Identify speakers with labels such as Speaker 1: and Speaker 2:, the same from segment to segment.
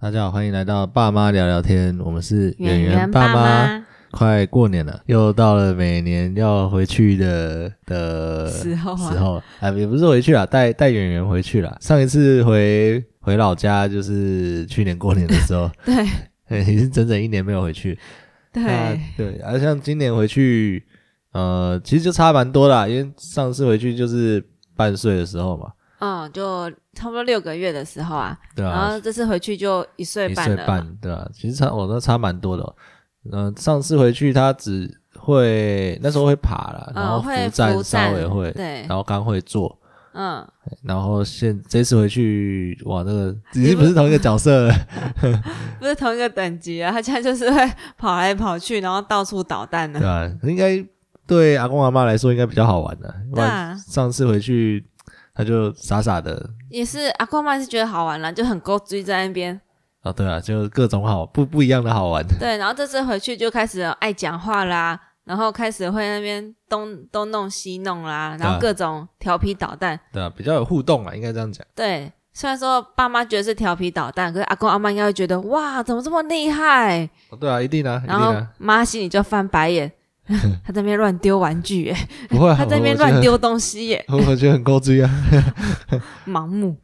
Speaker 1: 大家好，欢迎来到爸妈聊聊天，我们是
Speaker 2: 演员
Speaker 1: 圆
Speaker 2: 爸
Speaker 1: 妈。
Speaker 2: 妈
Speaker 1: 快过年了，又到了每年要回去的的
Speaker 2: 时候啊
Speaker 1: 时候了啊，也不是回去啦，带带演员回去啦。上一次回回老家就是去年过年的时候，
Speaker 2: 对
Speaker 1: 已经整整一年没有回去。那
Speaker 2: 对，
Speaker 1: 对，而、像今年回去，呃，其实就差蛮多啦，因为上次回去就是半岁的时候嘛，
Speaker 2: 嗯，就差不多六个月的时候啊，
Speaker 1: 对啊，
Speaker 2: 然后这次回去就一岁
Speaker 1: 一
Speaker 2: 半
Speaker 1: 岁
Speaker 2: 了嘛，
Speaker 1: 半，对啊，其实差我那差蛮多的、哦。嗯、上次回去他只会那时候会爬啦，然后
Speaker 2: 嗯，会
Speaker 1: 扶站
Speaker 2: 扶
Speaker 1: 稍微会，
Speaker 2: 对
Speaker 1: 然，后刚会坐，
Speaker 2: 嗯，
Speaker 1: 然后现这次回去哇，那个已
Speaker 2: 你
Speaker 1: 经
Speaker 2: 不
Speaker 1: 不是同一个角色 了，
Speaker 2: 不是同一个等级啊，他现在就是会跑来跑去，然后到处捣蛋
Speaker 1: 对啊
Speaker 2: 呢。
Speaker 1: 吧、应该对阿公阿妈来说应该比较好玩的、不
Speaker 2: 对
Speaker 1: 然
Speaker 2: 啊，
Speaker 1: 上次回去他就傻傻的。
Speaker 2: 也是阿公妈是觉得好玩啦，就很勾追在那 边。
Speaker 1: 啊，对啊，就各种好不不一样的好玩，
Speaker 2: 对，然后这次回去就开始爱讲话啦，然后开始会那边东东弄西弄啦，然
Speaker 1: 啊
Speaker 2: 后各种调皮捣蛋。
Speaker 1: 对啊，比较有互动啊，应该这样讲。
Speaker 2: 对，虽然说爸妈觉得是调皮捣蛋，可是阿公阿妈应该会觉得哇，怎么这么厉害？
Speaker 1: 哦对啊，一定啊，一定
Speaker 2: 然后
Speaker 1: 啊，
Speaker 2: 妈心里就翻白眼， 他在那边乱丢玩 具耶，
Speaker 1: 不会啊，
Speaker 2: 他在那边
Speaker 1: 我觉得
Speaker 2: 乱丢东西 耶，
Speaker 1: 我我觉得很高追啊，
Speaker 2: 盲目。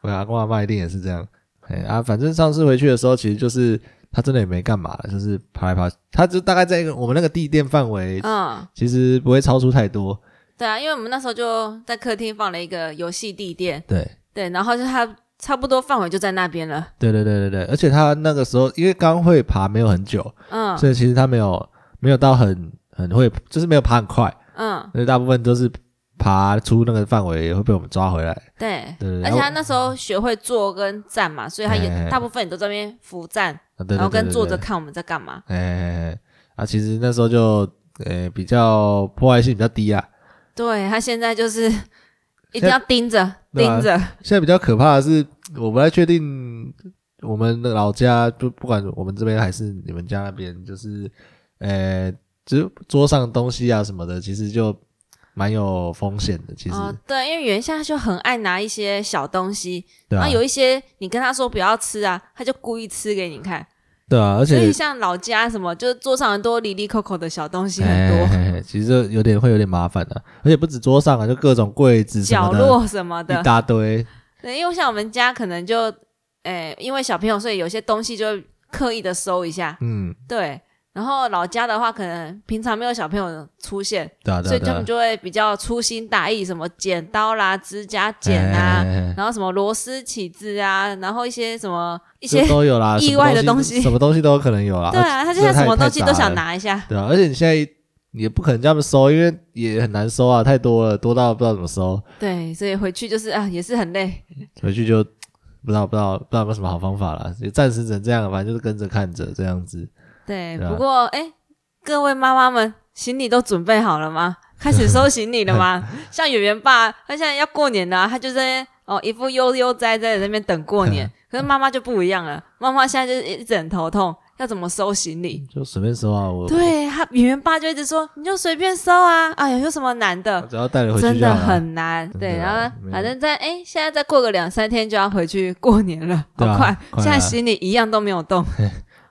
Speaker 1: 我阿公阿妈一定也是这样。哎啊，反正上次回去的时候，其实就是他真的也没干嘛了，就是爬来爬去，他就大概在一个我们那个地垫范围，
Speaker 2: 嗯，
Speaker 1: 其实不会超出太多。
Speaker 2: 对啊，因为我们那时候就在客厅放了一个游戏地垫，
Speaker 1: 对，
Speaker 2: 对，然后就他差不多范围就在那边了。
Speaker 1: 对对对对对，而且他那个时候因为刚会爬没有很久，
Speaker 2: 嗯
Speaker 1: 所以其实他没有没有到很很会，就是没有爬很快，
Speaker 2: 嗯，
Speaker 1: 所以大部分都是爬出那个范围会被我们抓回来。
Speaker 2: 对。
Speaker 1: 对对对，
Speaker 2: 而且他
Speaker 1: 啊
Speaker 2: 那时候学会坐跟站嘛，所以他
Speaker 1: 哎哎哎
Speaker 2: 也大部分也都在那边扶站，
Speaker 1: 啊对对
Speaker 2: 然后
Speaker 1: 对
Speaker 2: 跟
Speaker 1: 对
Speaker 2: 坐
Speaker 1: 对
Speaker 2: 着看我们在干嘛。
Speaker 1: 哎哎哎啊，其实那时候就呃比较破坏性比较低啊。
Speaker 2: 对他现在就是
Speaker 1: 现在
Speaker 2: 一定要盯着
Speaker 1: 对啊
Speaker 2: 盯着，
Speaker 1: 现在比较可怕的是，我不太确定我们的老家，就不管我们这边还是你们家那边，就是呃，就是桌上的东西啊什么的，其实就蛮有风险的。其实，
Speaker 2: 哦，对，因为原先他就很爱拿一些小东西，
Speaker 1: 对
Speaker 2: 然
Speaker 1: 啊
Speaker 2: 后，有一些你跟他说不要吃啊，他就故意吃给你看。
Speaker 1: 对啊，而
Speaker 2: 所
Speaker 1: 且
Speaker 2: 以像老家什么，就是桌上很多离离扣扣的小东西很
Speaker 1: 哎
Speaker 2: 多，
Speaker 1: 嘿嘿其实就有点会有点麻烦的、而且不止桌上啊，就各种柜子什
Speaker 2: 角
Speaker 1: 么的，
Speaker 2: 落什么的
Speaker 1: 一。大堆。
Speaker 2: 对，因为像我们家可能就，哎，因为小朋友，所以有些东西就会刻意的收一下。
Speaker 1: 嗯，
Speaker 2: 对，然后老家的话，可能平常没有小朋友出现，
Speaker 1: 对啊，对
Speaker 2: 所
Speaker 1: 啊，
Speaker 2: 以
Speaker 1: 对
Speaker 2: 他
Speaker 1: 啊
Speaker 2: 们，就会比较粗心大意，什么剪刀啦、指甲剪
Speaker 1: 哎
Speaker 2: 啊，
Speaker 1: 哎哎哎
Speaker 2: 然后什么螺丝起子啊，然后一些什么一
Speaker 1: 就
Speaker 2: 些，
Speaker 1: 都有啦，
Speaker 2: 意
Speaker 1: 什么
Speaker 2: 外的
Speaker 1: 东
Speaker 2: 东西
Speaker 1: 什么东西都有可能有啦。
Speaker 2: 对啊，他现在什么东西都想拿一下。
Speaker 1: 对啊，而且你现在也不可能叫他们收，因为也很难收啊，太多了，多到不知道怎么收，
Speaker 2: 对，所以回去就是啊，也是很累。
Speaker 1: 回去就不知道不知道不知道有没有什么好方法了，也暂时只能这样，啊反正就是跟着看着这样子。
Speaker 2: 对，
Speaker 1: 对啊
Speaker 2: 不过哎，各位妈妈们，行李都准备好了吗？开始收行李了 吗？像圆圆爸，他现在要过年了啊、他就在那边哦一副悠悠哉哉的在那边等过 年。可是妈妈就不一样了，妈妈现在就是一直很头痛，要怎么收行李？
Speaker 1: 就随便收啊，我
Speaker 2: 对他，圆圆爸就一直说，你就随便收啊，哎呀，有什么难
Speaker 1: 我
Speaker 2: 的？
Speaker 1: 只要带了回
Speaker 2: 真
Speaker 1: 去就
Speaker 2: 的
Speaker 1: 好了。
Speaker 2: 很难，
Speaker 1: 真的
Speaker 2: 对，
Speaker 1: 啊
Speaker 2: 然后
Speaker 1: 没有
Speaker 2: 反正在哎，现在再过个两三天就要回去过年了，
Speaker 1: 对啊
Speaker 2: 好快，
Speaker 1: 快
Speaker 2: 现在
Speaker 1: 啊
Speaker 2: 行李一样都没有动。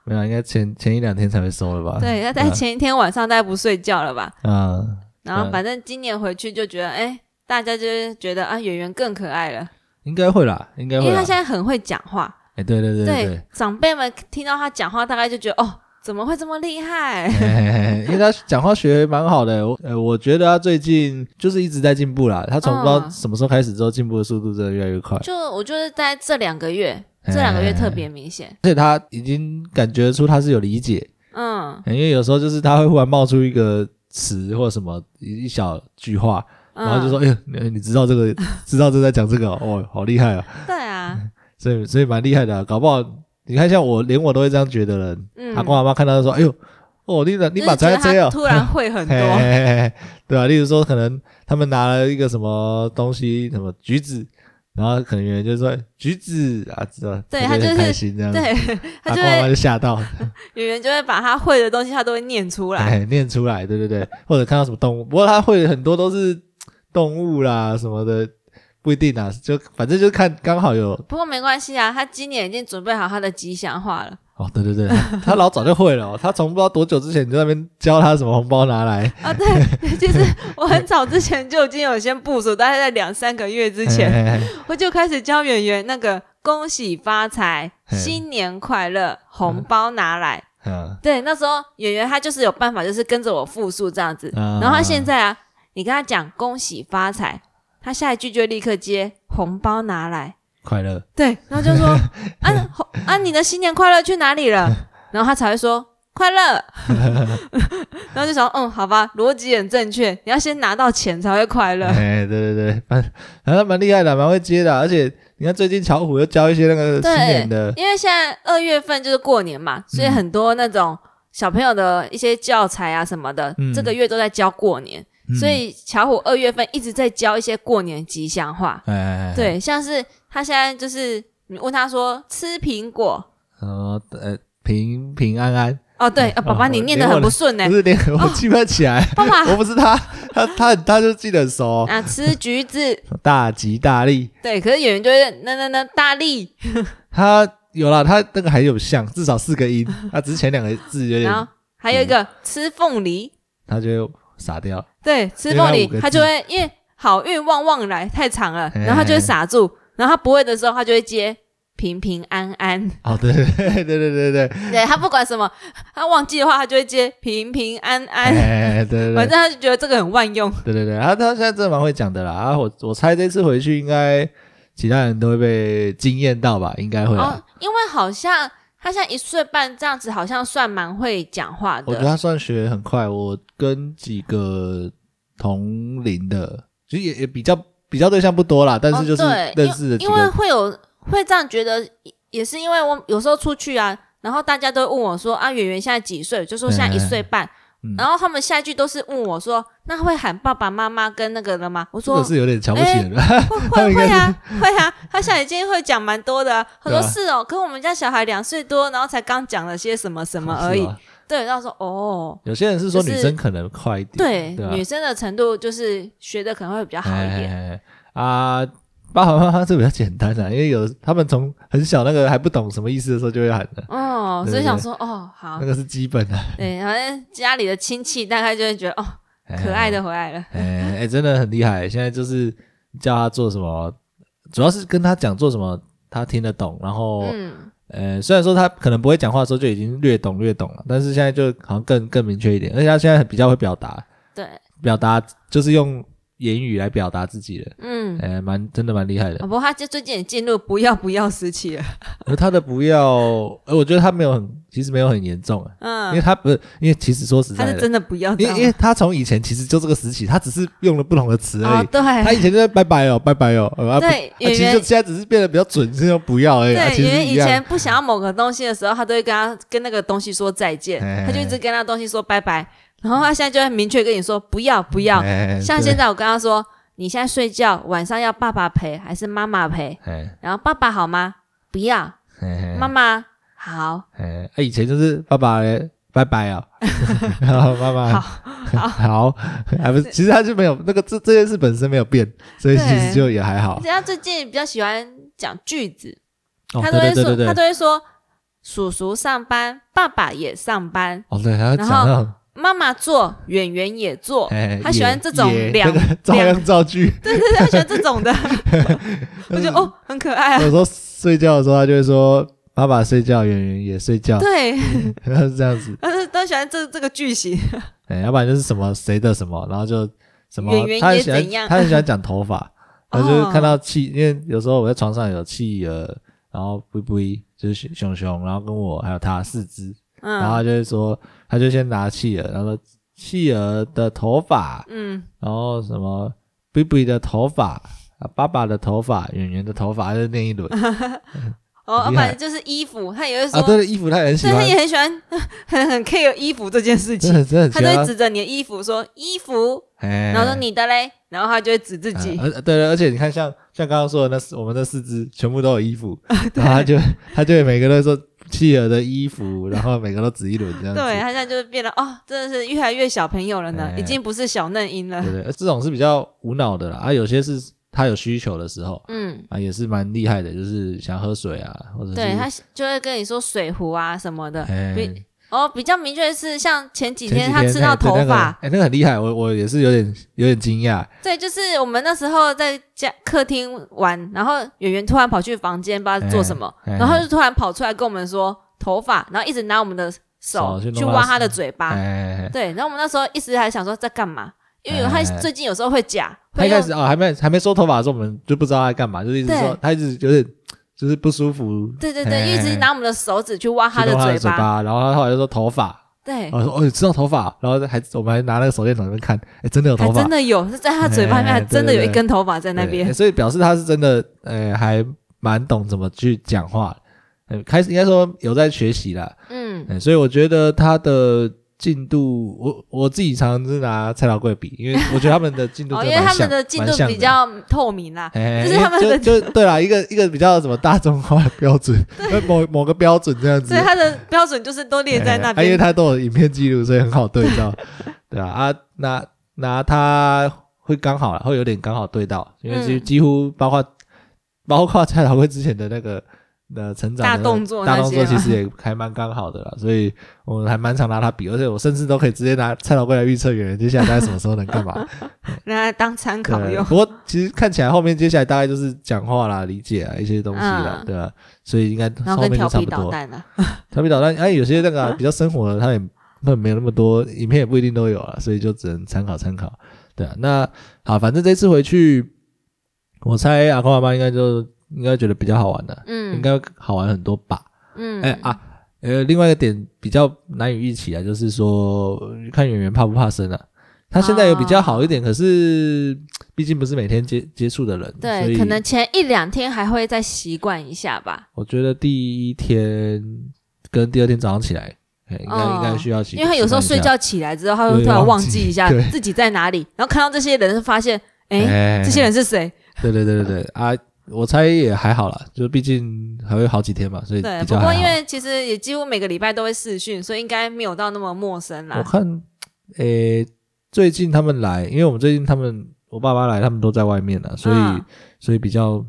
Speaker 1: 没有，应该前前一两天才会收了吧？
Speaker 2: 对，那在前一天晚上大概不睡觉了吧？
Speaker 1: 啊，
Speaker 2: 然后
Speaker 1: 对
Speaker 2: 反正今年回去就觉得，哎，大家就是觉得啊，圆圆更可爱了，
Speaker 1: 应该会啦，应该
Speaker 2: 因
Speaker 1: 会
Speaker 2: 为
Speaker 1: 啦
Speaker 2: 他。现在很会讲话，
Speaker 1: 哎，对啊对对对。
Speaker 2: 长辈们听到他讲话，大概就觉得哦，怎么会这么厉害？
Speaker 1: 嘿嘿嘿因为他讲话学蛮好的，我呃，我觉得他最近就是一直在进步啦。他从不知道
Speaker 2: 嗯
Speaker 1: 什么时候开始之后，进步的速度真的越来越快。
Speaker 2: 就我觉得在这两个月，
Speaker 1: 哎
Speaker 2: 这两个月特别明显，
Speaker 1: 而且他已经感觉出他是有理解，
Speaker 2: 嗯
Speaker 1: 因为有时候就是他会忽然冒出一个词或什么一一小句话，然后就
Speaker 2: 嗯，
Speaker 1: 说：“哎呦，你你知道这个，知道这在讲这个哦哦，好厉害啊
Speaker 2: 对 啊，！”
Speaker 1: 所以所以蛮厉害的啊、搞不好你看像我，连我都会这样觉得了。
Speaker 2: 嗯，
Speaker 1: 阿公阿妈看到就说：“哎呦，哦，你怎你
Speaker 2: 就是
Speaker 1: 把才
Speaker 2: 觉得
Speaker 1: 这
Speaker 2: 他
Speaker 1: 样。”
Speaker 2: 突然会很
Speaker 1: 嘿 嘿
Speaker 2: 多，
Speaker 1: 嘿嘿对啊，例如说，可能他们拿了一个什么东西，什么橘子，然后可能有人就说橘子啊，知道？
Speaker 2: 对
Speaker 1: 觉
Speaker 2: 他
Speaker 1: 得很
Speaker 2: 就是
Speaker 1: 开心这样，
Speaker 2: 对，他
Speaker 1: 阿
Speaker 2: 就
Speaker 1: 公阿妈
Speaker 2: 会
Speaker 1: 就吓到，
Speaker 2: 圆圆就会把他会的东西，他都会念出来，
Speaker 1: 哎，念出 来，对对对，或者看到什么动物，不过他会的很多都是动物啦什么的，不一定啊，就反正就是看刚好有
Speaker 2: 不过没关系啊，他今年已经准备好他的吉祥话了。
Speaker 1: 哦，对 对对，他他老早就会了哦、他从不知道多久之前你就在那边教他什么红包拿来，
Speaker 2: 啊，对， 其实我很早之前就已经有先部署，大概在两三个月之前，
Speaker 1: 嘿嘿嘿
Speaker 2: 我就开始教圆圆那个恭喜发财、
Speaker 1: 嘿
Speaker 2: 新年快乐、红包拿来。
Speaker 1: 嗯，
Speaker 2: 对，那时候圆圆她就是有办法，就是跟着我复述这样子。
Speaker 1: 啊
Speaker 2: 然后她现在啊，你跟她讲恭喜发财，她下一句就会立刻接红包拿来。
Speaker 1: 快乐，
Speaker 2: 对，然后 就说啊红啊，你的新年快乐去哪里了？然后她才会说快乐。 然后就想，嗯，好吧，逻辑很正确，你要先拿到钱才会快乐。
Speaker 1: 哎，对对对，反反正蛮厉害的，蛮会接的啊，而且你看最近巧虎又教一些那个新
Speaker 2: 对
Speaker 1: 年的，嗯
Speaker 2: 因为现在二月份就是过年嘛，所以很多那种小朋友的一些教材啊什么的，
Speaker 1: 嗯
Speaker 2: 这个月都在教过年，
Speaker 1: 嗯
Speaker 2: 所以巧虎二月份一直在教一些过年吉祥话。
Speaker 1: 哎哎，哎，
Speaker 2: 对，像是他现在就是你问他说吃苹果，
Speaker 1: 呃呃平平安安，
Speaker 2: 哦对，啊爸爸
Speaker 1: 哦
Speaker 2: 你
Speaker 1: 我
Speaker 2: 念的很不顺呢、
Speaker 1: 不是哦连
Speaker 2: 哦
Speaker 1: 我记不起来，
Speaker 2: 爸爸
Speaker 1: 我不是他，他他他就记得很熟哦，
Speaker 2: 啊吃橘子，
Speaker 1: 大吉大利，
Speaker 2: 对，可是演员就会那那那大力，
Speaker 1: 他有啦，他那个还有像，至少四个音，他只是前两个字有点，
Speaker 2: 然后还有一
Speaker 1: 嗯
Speaker 2: 个吃凤梨，
Speaker 1: 他就傻掉了，
Speaker 2: 对，吃
Speaker 1: 因为
Speaker 2: 凤
Speaker 1: 它
Speaker 2: 梨
Speaker 1: 五个，
Speaker 2: 他就会因为好运旺旺来太长了，
Speaker 1: 嘿
Speaker 2: 然后他就会傻住，然后他不会的时候，他就会接平平安安。
Speaker 1: 哦，对对对对对对对，
Speaker 2: 对他不管什么，他忘记的话，他就会接平平安安。
Speaker 1: 哎，对对
Speaker 2: 反正
Speaker 1: 对
Speaker 2: 他就觉得这个很万用。
Speaker 1: 对对对，他他现在真的蛮会讲的啦，啊，我我猜这次回去应该其他人都会被惊艳到吧，应该会啊
Speaker 2: 哦，，因为好像他现在一岁半这样子，好像算蛮会讲话
Speaker 1: 我觉得
Speaker 2: 的。
Speaker 1: 他算学很快，我跟几个同龄的，其实也也比较比较对象不多啦，但是就是
Speaker 2: 哦对
Speaker 1: 认识的几
Speaker 2: 因为
Speaker 1: 个，
Speaker 2: 会有会这样觉得，也是因为我有时候出去啊，然后大家都会问我说啊，圆圆现在几岁？我就说现在一岁半。
Speaker 1: 嗯
Speaker 2: 然后他们下一句都是问我说：“那会喊爸爸妈妈跟那个了吗？”我
Speaker 1: 这个
Speaker 2: 说：“哦
Speaker 1: 是有点瞧不起人了。
Speaker 2: 会
Speaker 1: 他们
Speaker 2: 会
Speaker 1: 应该
Speaker 2: 会
Speaker 1: 是
Speaker 2: 啊，会啊。”他现在已经会讲蛮多的啊。他
Speaker 1: 对啊
Speaker 2: 说：“是哦，可我们家小孩两岁多，然后才刚讲了些什么什么而
Speaker 1: 是
Speaker 2: 已。
Speaker 1: 吧”
Speaker 2: 对，然后说：“哦，
Speaker 1: 有些人是说
Speaker 2: 就
Speaker 1: 女
Speaker 2: 是
Speaker 1: 生可能快一点，
Speaker 2: 对，
Speaker 1: 对吧啊
Speaker 2: 女生的程度就是学的可能会比较好一点。
Speaker 1: 哎啊，爸爸妈妈是比较简单的、因为有他们从很小那个还不懂什么意思的时候就会喊的，”
Speaker 2: 哦，
Speaker 1: 哎对
Speaker 2: 所
Speaker 1: 对嗯
Speaker 2: 以想
Speaker 1: 对
Speaker 2: 说：“哦，好
Speaker 1: 那。个是基本的，”
Speaker 2: 对，然后家里的亲戚大概就会觉得：“哦，可爱的回来了。
Speaker 1: 哎，哎、哎真的很厉害。现在就是叫他做什么，主要是跟他讲做什么，他听得懂，然”后。
Speaker 2: 嗯，
Speaker 1: 呃，虽然说他可能不会讲话的时候就已经略懂略懂了，但是现在就好像更更明确一点，而且他现在比较会表达，
Speaker 2: 对，
Speaker 1: 表达就是用言语来表达自己的，
Speaker 2: 嗯。
Speaker 1: 呃，蛮真的蛮厉害的
Speaker 2: 哦。不过他就最近也进入不要不要时期了，
Speaker 1: 而他的不要，呃，我觉得他没有很，其实没有很严重啊，因为
Speaker 2: 嗯，
Speaker 1: 他不是，因为其实说实
Speaker 2: 他
Speaker 1: 在
Speaker 2: 是
Speaker 1: 的，
Speaker 2: 真的不要这
Speaker 1: 因
Speaker 2: 样
Speaker 1: 为因为他从以前其实就这个时期，他只是用了不同的词
Speaker 2: 啊，
Speaker 1: 而
Speaker 2: 哦
Speaker 1: 已。
Speaker 2: 对，
Speaker 1: 他以前就在拜拜哦，拜拜哦，呃啊不
Speaker 2: 对，
Speaker 1: 啊
Speaker 2: 演
Speaker 1: 其实
Speaker 2: 员
Speaker 1: 就现在只是变得比较准，是用不要而已啊，
Speaker 2: 对，
Speaker 1: 其
Speaker 2: 因
Speaker 1: 实
Speaker 2: 为
Speaker 1: 一
Speaker 2: 以
Speaker 1: 样。
Speaker 2: 前不想要某个东西的时候，他都会跟他跟那个东西说再见
Speaker 1: 嘿嘿嘿，
Speaker 2: 他就一直跟那东西说拜拜。然后他现在就会明确跟你说不要不要。
Speaker 1: 哎
Speaker 2: 像
Speaker 1: 对
Speaker 2: 现在我跟他说，你现在睡觉晚上要爸爸陪还是妈妈陪？
Speaker 1: 哎
Speaker 2: 然后爸爸好吗？不要，
Speaker 1: 哎
Speaker 2: 妈妈好。
Speaker 1: 哎，啊以前就是爸爸嘞，拜拜 哦，然后妈 妈好，好，还不是，其实他就没有那个这这件事本身没有变，所以其实就也还好
Speaker 2: 而。且他最近比较喜欢讲句子，
Speaker 1: 哦，
Speaker 2: 他都
Speaker 1: 对
Speaker 2: 会
Speaker 1: 对
Speaker 2: 说
Speaker 1: 对对
Speaker 2: 他
Speaker 1: 对，
Speaker 2: 都会说叔叔上班，爸爸也上班，
Speaker 1: 哦对，他
Speaker 2: 然
Speaker 1: 讲
Speaker 2: 后
Speaker 1: 到
Speaker 2: 妈妈做，圆圆也做。
Speaker 1: 哎，
Speaker 2: 他喜欢
Speaker 1: 也
Speaker 2: 这种
Speaker 1: 也
Speaker 2: 两
Speaker 1: 那个照样造 句。
Speaker 2: 对对对，他喜欢这 种的，我觉得哦很可爱啊。
Speaker 1: 有时候睡觉的时候，他就会说爸爸睡觉，圆圆也睡觉，
Speaker 2: 对，
Speaker 1: 他 是这样子。
Speaker 2: 但是都喜欢这这个句型。
Speaker 1: 哎，要不然就是什么谁的什么，然后就什么
Speaker 2: 圆圆，
Speaker 1: 他很
Speaker 2: 也
Speaker 1: 喜欢
Speaker 2: 怎样
Speaker 1: 他很喜欢讲头 发，他就是
Speaker 2: 哦
Speaker 1: 看到气，因为有时候我在床上有气呃，然后不不就是熊熊，然后跟我还有他四肢，然后
Speaker 2: 嗯
Speaker 1: 他就会说，他就先拿企鹅，然后说企鹅的头发，
Speaker 2: 嗯，
Speaker 1: 然后什么 BB 的头发。啊，爸爸的头发，圆圆的头发，他就念一 轮
Speaker 2: 哦，啊
Speaker 1: 很厉害
Speaker 2: 反正就是衣服，他也会说，
Speaker 1: 啊。对了，衣服他也很喜
Speaker 2: 对他
Speaker 1: 欢，
Speaker 2: 也很喜欢， 很很 care 衣服这件事
Speaker 1: 真
Speaker 2: 情。
Speaker 1: 的真的很
Speaker 2: 他
Speaker 1: 喜
Speaker 2: 就
Speaker 1: 欢
Speaker 2: 会。指着你的衣服说衣服，
Speaker 1: 哎
Speaker 2: 然后说你的嘞，然后他就会指自己
Speaker 1: 啊。而、对了，而且你看像，像刚刚说的那四我们的四肢全部都有衣 服，然后他就他就会每个都说企鹅的衣服，然后每个都指一轮这样子。
Speaker 2: 对他现在就是变得哦，真的是越来越小朋友了呢，
Speaker 1: 哎
Speaker 2: 已经不是小嫩婴了
Speaker 1: 对。不对，呃这种是比较无脑的啦，啊，有些是他有需求的时候
Speaker 2: 嗯，
Speaker 1: 啊，也是蛮厉害的，就是想喝水啊，或者是
Speaker 2: 对他就会跟你说水壶啊什么的，
Speaker 1: 哎
Speaker 2: 比哦比较明确的是像前几
Speaker 1: 前几
Speaker 2: 天他吃到
Speaker 1: 哎对
Speaker 2: 头
Speaker 1: 那个
Speaker 2: 发，啊
Speaker 1: 哎，那个很厉害，我我也是有点有点惊讶，
Speaker 2: 对，就是我们那时候在家客厅玩，然后圆圆突然跑去房间，不知道做什么，
Speaker 1: 哎哎
Speaker 2: 然后就突然跑出来跟我们说头发，然后一直拿我们的手
Speaker 1: 手去弄
Speaker 2: 去
Speaker 1: 他
Speaker 2: 挖
Speaker 1: 手
Speaker 2: 他的嘴巴，
Speaker 1: 哎，
Speaker 2: 对，然后我们那时候一直还想说在干嘛，因为有他
Speaker 1: 哎哎哎
Speaker 2: 最近有时候会假，
Speaker 1: 他
Speaker 2: 会
Speaker 1: 一开
Speaker 2: 用
Speaker 1: 始哦还没还没收头发的时候，我们就不知道他在干嘛，就是一直
Speaker 2: 对
Speaker 1: 说他一直有点就是不舒服，
Speaker 2: 对对
Speaker 1: 哎哎
Speaker 2: 对，一直
Speaker 1: 哎
Speaker 2: 拿我们的手指去挖他
Speaker 1: 去
Speaker 2: 的
Speaker 1: 弄他
Speaker 2: 嘴
Speaker 1: 的嘴
Speaker 2: 巴，
Speaker 1: 巴，然后他后来就说头发，
Speaker 2: 对，
Speaker 1: 我说哦，你知道头发，然后还我们还拿那个手电筒在那边看，哎，真的有
Speaker 2: 还
Speaker 1: 头发
Speaker 2: 真，的有是在他嘴巴里
Speaker 1: 哎
Speaker 2: 面，
Speaker 1: 哎哎
Speaker 2: 还真的有
Speaker 1: 对对
Speaker 2: 一根头发在
Speaker 1: 对
Speaker 2: 那边
Speaker 1: 哎。所以表示他是真的，呃，还蛮懂怎么去讲话，呃，开始应该说有在学习啦，
Speaker 2: 嗯，
Speaker 1: 嗯，所以我觉得他的进度，我我自己常常是拿蔡老贵比，因为我觉得他们的进度
Speaker 2: 哦，
Speaker 1: 真
Speaker 2: 因
Speaker 1: 的
Speaker 2: 为
Speaker 1: 蛮像、
Speaker 2: 他们的进度
Speaker 1: 蛮像
Speaker 2: 比。较透明啦，
Speaker 1: 哎，
Speaker 2: 就是他们的
Speaker 1: 就就对啦，一个一个比较什么大众化的标 准，某某个标准这样子，
Speaker 2: 所以他的标准就是都列在那
Speaker 1: 哎啊因为
Speaker 2: 边。
Speaker 1: 他都有影片记录，所以很好对照， 对啊，啊，拿拿他会刚好啦，会有点刚好对到，因为几
Speaker 2: 嗯
Speaker 1: 几乎包括、包括蔡老贵之前的那个呃成长的那个
Speaker 2: 大动作
Speaker 1: 大
Speaker 2: 那
Speaker 1: 动
Speaker 2: 些
Speaker 1: 作
Speaker 2: 嘛
Speaker 1: 其实也还蛮刚好的啦，所以我还蛮常拿他比，而且我甚至都可以直接拿蔡老贵来预测演员接下来大概什么时候能干 嘛。
Speaker 2: 让他当参考
Speaker 1: 对，
Speaker 2: 用。
Speaker 1: 不过其实看起来后面接下来大概就是讲话啦、理解啊一些东西啦，
Speaker 2: 嗯
Speaker 1: 对啊，所以应该
Speaker 2: 然
Speaker 1: 后
Speaker 2: 后跟
Speaker 1: 面就
Speaker 2: 调
Speaker 1: 差
Speaker 2: 皮
Speaker 1: 不
Speaker 2: 捣
Speaker 1: 多。
Speaker 2: 蛋啊，
Speaker 1: 调皮捣蛋，哎、有些那个 啊、比较生活的，他也那没有那么多，影片也不一定都有啊，所以就只能参考参考。对啊，那好，反正这次回去，我猜阿公阿妈应该就应该觉得比较好玩的、应
Speaker 2: 嗯
Speaker 1: 该好玩很多吧。
Speaker 2: 嗯，
Speaker 1: 哎、啊，呃，另外一个点比较难以预期啊，就是说呃看演员怕不怕生啊。他现在有比较好一点，可是毕竟不是每天接接触的人，所
Speaker 2: 对，
Speaker 1: 以
Speaker 2: 可能前一两天还会再习惯一下吧，
Speaker 1: 我觉得第一天跟第二天早上起来，哎，应该、
Speaker 2: 哦
Speaker 1: 应该需要习
Speaker 2: 因
Speaker 1: 惯一下，
Speaker 2: 为他有时候睡觉起来之后，他会
Speaker 1: 对
Speaker 2: 突然
Speaker 1: 忘
Speaker 2: 忘
Speaker 1: 记
Speaker 2: 记一下
Speaker 1: 对
Speaker 2: 自己在哪里，然后看到这些人，发现哎，
Speaker 1: 哎，
Speaker 2: 这些人是谁？
Speaker 1: 对对对对对啊，我猜也还好啦，就是毕竟还会好几天嘛，所以
Speaker 2: 对，
Speaker 1: 哎比
Speaker 2: 不
Speaker 1: 较还好
Speaker 2: 过因为其实也几乎每个礼拜都会试训，所以应该没有到那么陌生
Speaker 1: 我
Speaker 2: 啦。
Speaker 1: 看，诶、最近他们来，因为我们最近他们我爸妈来，他们都在外面了，所以、
Speaker 2: 嗯
Speaker 1: 所以比较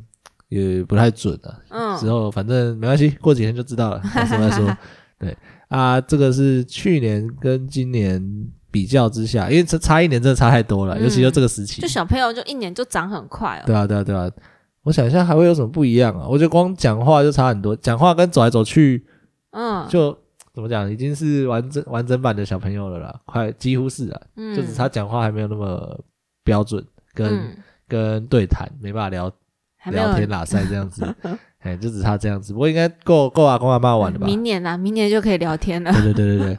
Speaker 1: 也不太准啊。
Speaker 2: 嗯，
Speaker 1: 之后反正没关系，过几天就知道了，到时候再 说。对啊，这个是去年跟今年比较之下，因为差差一年真的差太多了，
Speaker 2: 嗯
Speaker 1: 尤其就这个时期
Speaker 2: 就。小朋友就一年就长很快哦。
Speaker 1: 对啊，对啊，对啊。我想一下还会有什么不一样啊？我觉得光讲话就差很多，讲话跟走来走去
Speaker 2: 嗯，
Speaker 1: 就、怎么讲，已经是完整完整版的小朋友了啦，快几乎是啊。
Speaker 2: 嗯
Speaker 1: 就只是他讲话还没有那么标准，跟、
Speaker 2: 嗯
Speaker 1: 跟对谈没办法聊
Speaker 2: 还没有
Speaker 1: 聊天拉塞这样子， 哎，就只差这样子。不过应该够够阿公阿妈玩了吧？
Speaker 2: 嗯明年啦，明年就可以聊 天了。
Speaker 1: 对对对对对，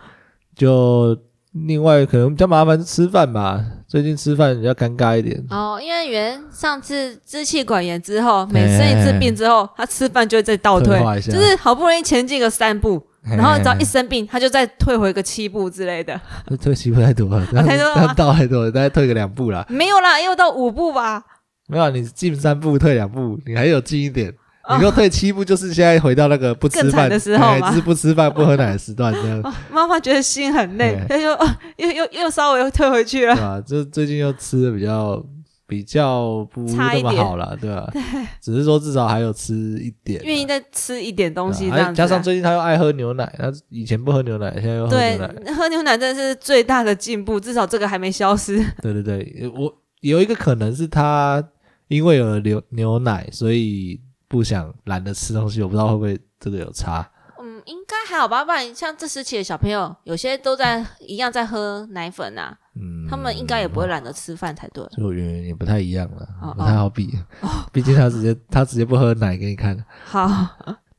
Speaker 1: 就另外可能比较麻烦是吃饭吧，最近吃饭比较尴尬一点。
Speaker 2: 哦，因为原上次支气管炎之后，每生一次病之后，他吃饭就会再倒退
Speaker 1: 哎退化一，下
Speaker 2: 哦就是好不容易前进个三步， 然后只要一生病，他就再退回个七步之 类的。
Speaker 1: 一 退媳妇太 多了，这样
Speaker 2: 太多了吗
Speaker 1: 这样倒太多
Speaker 2: 哦
Speaker 1: 了，大概退个两步啦。
Speaker 2: 没有啦，又到五步吧。
Speaker 1: 没有啊，你进三步退两步，你还有近一点。
Speaker 2: 哦
Speaker 1: 你又退七步，就是现在回到那个不吃
Speaker 2: 更惨
Speaker 1: 饭
Speaker 2: 的时候
Speaker 1: 哎
Speaker 2: 吗
Speaker 1: 就是不吃饭不喝奶的时段这 样。
Speaker 2: 哦，妈妈觉得心很累
Speaker 1: 对，
Speaker 2: 她就、 哦、又又又稍微又退回去了。
Speaker 1: 对啊，就最近又吃的比较比较不
Speaker 2: 差
Speaker 1: 那
Speaker 2: 一
Speaker 1: 么
Speaker 2: 点
Speaker 1: 好了，对吧、只是说至少还有吃一点啊，
Speaker 2: 愿意再吃一点东西
Speaker 1: 对啊
Speaker 2: 这样子啊、
Speaker 1: 加上最近他又爱喝牛奶，他以前不喝牛奶，现在又喝牛
Speaker 2: 对
Speaker 1: 奶。
Speaker 2: 喝牛奶真的是最大的进步，至少这个还没消失。
Speaker 1: 对对对，我有一个可能是他因为有了牛牛奶，所以不想懒得吃东西，我不知道会不会这个有差。
Speaker 2: 嗯，应该还好吧，不然像这时期的小朋友，有些都在一样在喝奶粉啊，
Speaker 1: 嗯，
Speaker 2: 他们应该也不会懒得吃饭才对。
Speaker 1: 就远远也不太一样了，
Speaker 2: 哦
Speaker 1: 不太好比。 毕竟他直接他直接不喝奶给你看，
Speaker 2: 好，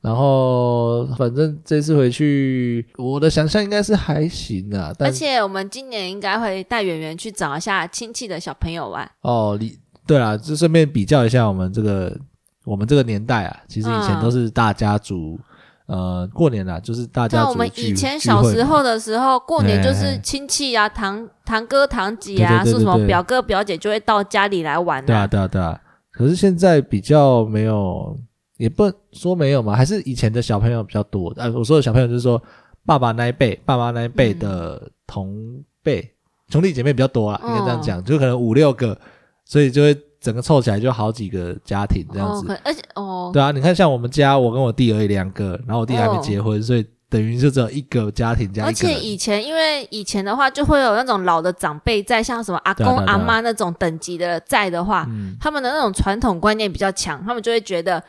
Speaker 1: 然后反正这次回去，我的想象应该是还行啊，
Speaker 2: 而
Speaker 1: 但
Speaker 2: 且我们今年应该会带圆圆去找一下亲戚的小朋友玩。
Speaker 1: 哦，你对啦，就顺便比较一下我们这个我们这个年代啊，其实以前
Speaker 2: 嗯
Speaker 1: 都是大家族，呃，过年啦，就是大
Speaker 2: 像
Speaker 1: 家
Speaker 2: 啊我
Speaker 1: 族
Speaker 2: 们
Speaker 1: 聚
Speaker 2: 以前小时，
Speaker 1: 聚会嘛
Speaker 2: 候的时候，过年就
Speaker 1: 哎哎
Speaker 2: 是
Speaker 1: 哎
Speaker 2: 亲戚啊、堂堂哥堂姐啊，
Speaker 1: 对对对对
Speaker 2: 说什么
Speaker 1: 对
Speaker 2: 表哥表姐就会到家里来玩
Speaker 1: 对啊，对啊，对啊。可是现在比较没有，也不能说没有嘛，还是以前的小朋友比较多。呃，我说的小朋友就是说爸爸那一辈、爸妈那一辈
Speaker 2: 嗯
Speaker 1: 的同辈、兄弟姐妹比较多啦，应该这样
Speaker 2: 嗯
Speaker 1: 讲，就可能五六个，所以就会整个凑起来就好几个家庭啊这样
Speaker 2: 哦，
Speaker 1: 子。
Speaker 2: 可而且哦，
Speaker 1: 对啊，你看像我们家，我跟我弟而已两个，然后我弟还没结婚，所以等于就只有一个家庭加
Speaker 2: 而
Speaker 1: 啊一个
Speaker 2: 且
Speaker 1: 人。
Speaker 2: 以前因为以前的话，就会有那种老的长辈在，像什么阿
Speaker 1: 对
Speaker 2: 公
Speaker 1: 啊对啊对啊
Speaker 2: 阿妈那种等级的在的话，
Speaker 1: 嗯，
Speaker 2: 他们的那种传统观念比较强，他们就会觉得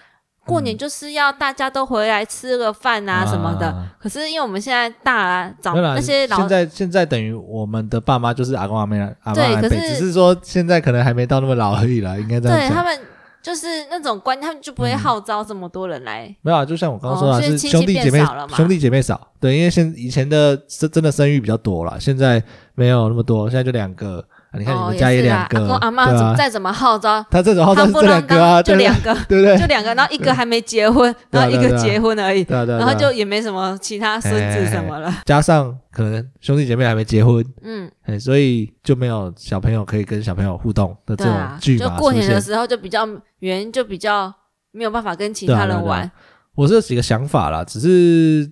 Speaker 2: 过年就是要大家都回来吃个饭啊什么的。
Speaker 1: 嗯啊
Speaker 2: 可是因为我们现在大了，长
Speaker 1: 没有啦
Speaker 2: 那些老
Speaker 1: 现在现在等于我们的爸妈就是阿公阿妹啦阿妈
Speaker 2: 对
Speaker 1: 阿伯，
Speaker 2: 可是
Speaker 1: 只是说现在可能还没到那么老而已啦，应该这样
Speaker 2: 对
Speaker 1: 讲嗯
Speaker 2: 他。们就是那种观念，他们就不会号召这么多人来。
Speaker 1: 没有啊，就像我刚刚说的、
Speaker 2: 哦所以
Speaker 1: 是
Speaker 2: 亲戚
Speaker 1: 兄弟姐妹
Speaker 2: 变少了嘛
Speaker 1: 兄弟姐妹少，对，因为现以前的生真的生育比较多啦，现在没有那么多，现在就两个。啊你看你
Speaker 2: 哦，
Speaker 1: 们
Speaker 2: 也
Speaker 1: 家
Speaker 2: 是
Speaker 1: 两
Speaker 2: 啦，
Speaker 1: 个，
Speaker 2: 阿公阿妈
Speaker 1: 对啊，
Speaker 2: 再怎么号召，
Speaker 1: 他这种号召
Speaker 2: 他
Speaker 1: 是
Speaker 2: 不
Speaker 1: 这两
Speaker 2: 啷
Speaker 1: 个啊，
Speaker 2: 当就
Speaker 1: 对
Speaker 2: 两 个，
Speaker 1: 对不对？
Speaker 2: 就两个，然后一个还没结婚，
Speaker 1: 对
Speaker 2: 然
Speaker 1: 啊
Speaker 2: 后一
Speaker 1: 对
Speaker 2: 个
Speaker 1: 啊对啊
Speaker 2: 结婚而已。
Speaker 1: 对啊对啊，哎
Speaker 2: 然
Speaker 1: 对
Speaker 2: 后
Speaker 1: 啊
Speaker 2: 就也没什么其他孙子什 么了。
Speaker 1: 加上可能兄弟姐妹还没结婚，
Speaker 2: 嗯，
Speaker 1: 哎，所以就没有小朋友可以跟小朋友互动的这
Speaker 2: 对
Speaker 1: 种
Speaker 2: 啊，
Speaker 1: 剧
Speaker 2: 就
Speaker 1: 嘛
Speaker 2: 过
Speaker 1: 出
Speaker 2: 年
Speaker 1: 现
Speaker 2: 的。时候就比较圆，就比较没有办法跟其
Speaker 1: 对啊
Speaker 2: 他
Speaker 1: 对啊
Speaker 2: 人
Speaker 1: 对啊
Speaker 2: 玩。
Speaker 1: 我是有几个想法啦，只是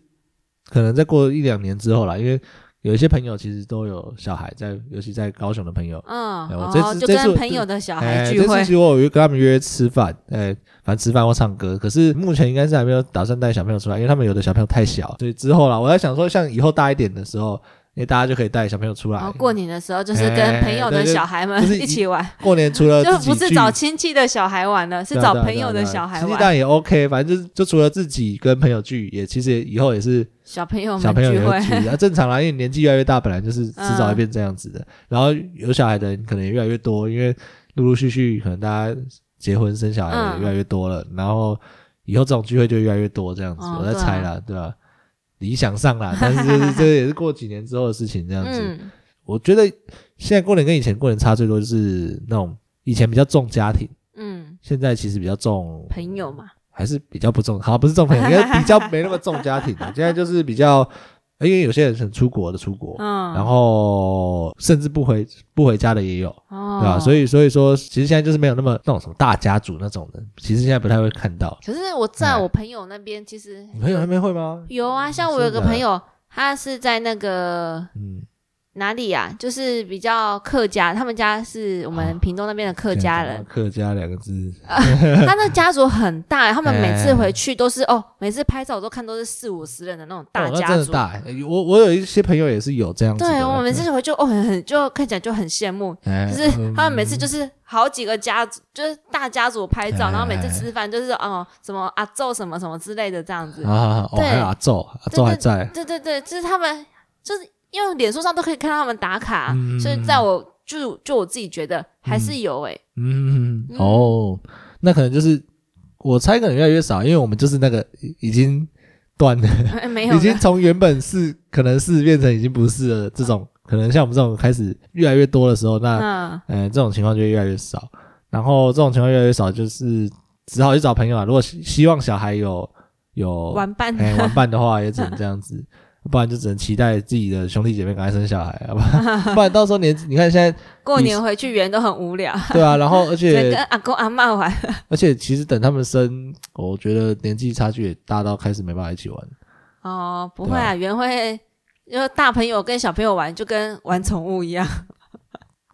Speaker 1: 可能再过一两年之后啦，因为有一些朋友其实都有小孩在，尤其在高雄的朋友，
Speaker 2: 嗯，
Speaker 1: 哎我
Speaker 2: 哦，
Speaker 1: 这次
Speaker 2: 就
Speaker 1: 这次
Speaker 2: 跟
Speaker 1: 我
Speaker 2: 朋友的小
Speaker 1: 哎
Speaker 2: 孩聚
Speaker 1: 这
Speaker 2: 会哦
Speaker 1: 次其，实我有跟他们约吃饭，哎，反正吃饭或唱歌。可是目前应该是还没有打算带小朋友出来，因为他们有的小朋友太小，所以之后啦，我在想说，像以后大一点的时候，因为大家就可以带小朋友出来。
Speaker 2: 然后哦过年的时候就是
Speaker 1: 哎
Speaker 2: 跟朋友
Speaker 1: 对
Speaker 2: 的
Speaker 1: 对
Speaker 2: 小孩们
Speaker 1: 就是
Speaker 2: 一起玩，
Speaker 1: 过年除了
Speaker 2: 就
Speaker 1: 自己
Speaker 2: 不是
Speaker 1: 聚
Speaker 2: 找亲戚的小孩玩了，是
Speaker 1: 对啊
Speaker 2: 找
Speaker 1: 对啊
Speaker 2: 朋
Speaker 1: 对啊
Speaker 2: 友
Speaker 1: 对
Speaker 2: 的
Speaker 1: 啊
Speaker 2: 小孩
Speaker 1: 其实
Speaker 2: 玩。
Speaker 1: 当然也 OK，反正就是就除了自己跟朋友聚，也其实也以后也是
Speaker 2: 小朋友
Speaker 1: 小
Speaker 2: 们
Speaker 1: 朋友
Speaker 2: 聚
Speaker 1: 也会
Speaker 2: 会，
Speaker 1: 聚，啊，正常啦，因为年纪越来越大，本来就是迟早会
Speaker 2: 嗯
Speaker 1: 变这样子的。然后有小孩的人可能也越来越多，因为陆陆续续可能大家结婚生小孩的也
Speaker 2: 嗯
Speaker 1: 越来越多了，然后以后这种聚会就越来越多这样子，
Speaker 2: 哦
Speaker 1: 我在
Speaker 2: 对啊
Speaker 1: 猜啦，对吧、理想上啦，但是就是这也是过几年之后的事情，这样子。
Speaker 2: 嗯，
Speaker 1: 我觉得现在过年跟以前过年差最多就是那种以前比较重家庭，
Speaker 2: 嗯，
Speaker 1: 现在其实比较重
Speaker 2: 朋友嘛，
Speaker 1: 还是比较不重，好不是重朋友，应该比较没那么重家庭的、啊 现在就是比较，因为有些人很出国的出国，
Speaker 2: 嗯，
Speaker 1: 然后甚至不回不回家的也有，
Speaker 2: 哦，
Speaker 1: 对吧、所以所以说，其实现在就是没有那么那种什么大家族那种的，其实现在不太会看到。
Speaker 2: 可是我在
Speaker 1: 哎
Speaker 2: 我朋友那边，其实
Speaker 1: 你朋友还没会吗？
Speaker 2: 有啊，像我有个
Speaker 1: 真的
Speaker 2: 朋友，他是在那个
Speaker 1: 嗯，
Speaker 2: 哪里啊？就是比较客家，他们家是我们
Speaker 1: 哦
Speaker 2: 屏东那边的客 家人，
Speaker 1: 啊客家两个字，
Speaker 2: 他那家族很大，他们每次
Speaker 1: 啊哎
Speaker 2: 回去都是哦，每次拍照我都看都是四五十人的那种大
Speaker 1: 哦那
Speaker 2: 家
Speaker 1: 真的
Speaker 2: 族。
Speaker 1: 大、欸。我我有一些朋友也是有这样子的，
Speaker 2: 对，我每次回去哦，很很就看起来就很羡慕，
Speaker 1: 哎
Speaker 2: 就是
Speaker 1: 嗯
Speaker 2: 他们每次就是好几个家族，就是大家族拍照，
Speaker 1: 哎
Speaker 2: 然后每次吃饭就是哦什么阿昼什么什么之类的这样子。
Speaker 1: 啊，哦，
Speaker 2: 对
Speaker 1: 还有阿昼，阿昼还在，
Speaker 2: 对对对，就是他们就是因为脸书上都可以看到他们打卡，
Speaker 1: 嗯
Speaker 2: 所以在我就就我自己觉得还是有诶、
Speaker 1: 嗯，
Speaker 2: 嗯
Speaker 1: 哦，那可能就是我猜可能越来越少，因为我们就是那个已已经断了，
Speaker 2: 哎没有
Speaker 1: 已经
Speaker 2: 了，
Speaker 1: 从原本是可能是变成已经不是了这种，可能像我们这种开始越来越多的时候，那
Speaker 2: 嗯
Speaker 1: 呃这种情况就会越来越少，然后这种情况越来越少，就是只好去找朋友啊。如果希希望小孩有有
Speaker 2: 玩伴。
Speaker 1: 哎、玩伴的话，也只能这样 子，不然就只能期待自己的兄弟姐妹赶快生小孩，好吧？不然到时候年纪你看现在
Speaker 2: 过年回去园都很无聊，
Speaker 1: 对啊，然后而
Speaker 2: 只
Speaker 1: 且
Speaker 2: 能跟阿公阿妈玩。
Speaker 1: 而且其实等他们生，我觉得年纪差距也大到开始没办法一起玩。
Speaker 2: 哦，不
Speaker 1: 对
Speaker 2: 会
Speaker 1: 啊
Speaker 2: 啊，园会因为大朋友跟小朋友玩，就跟玩宠物一样，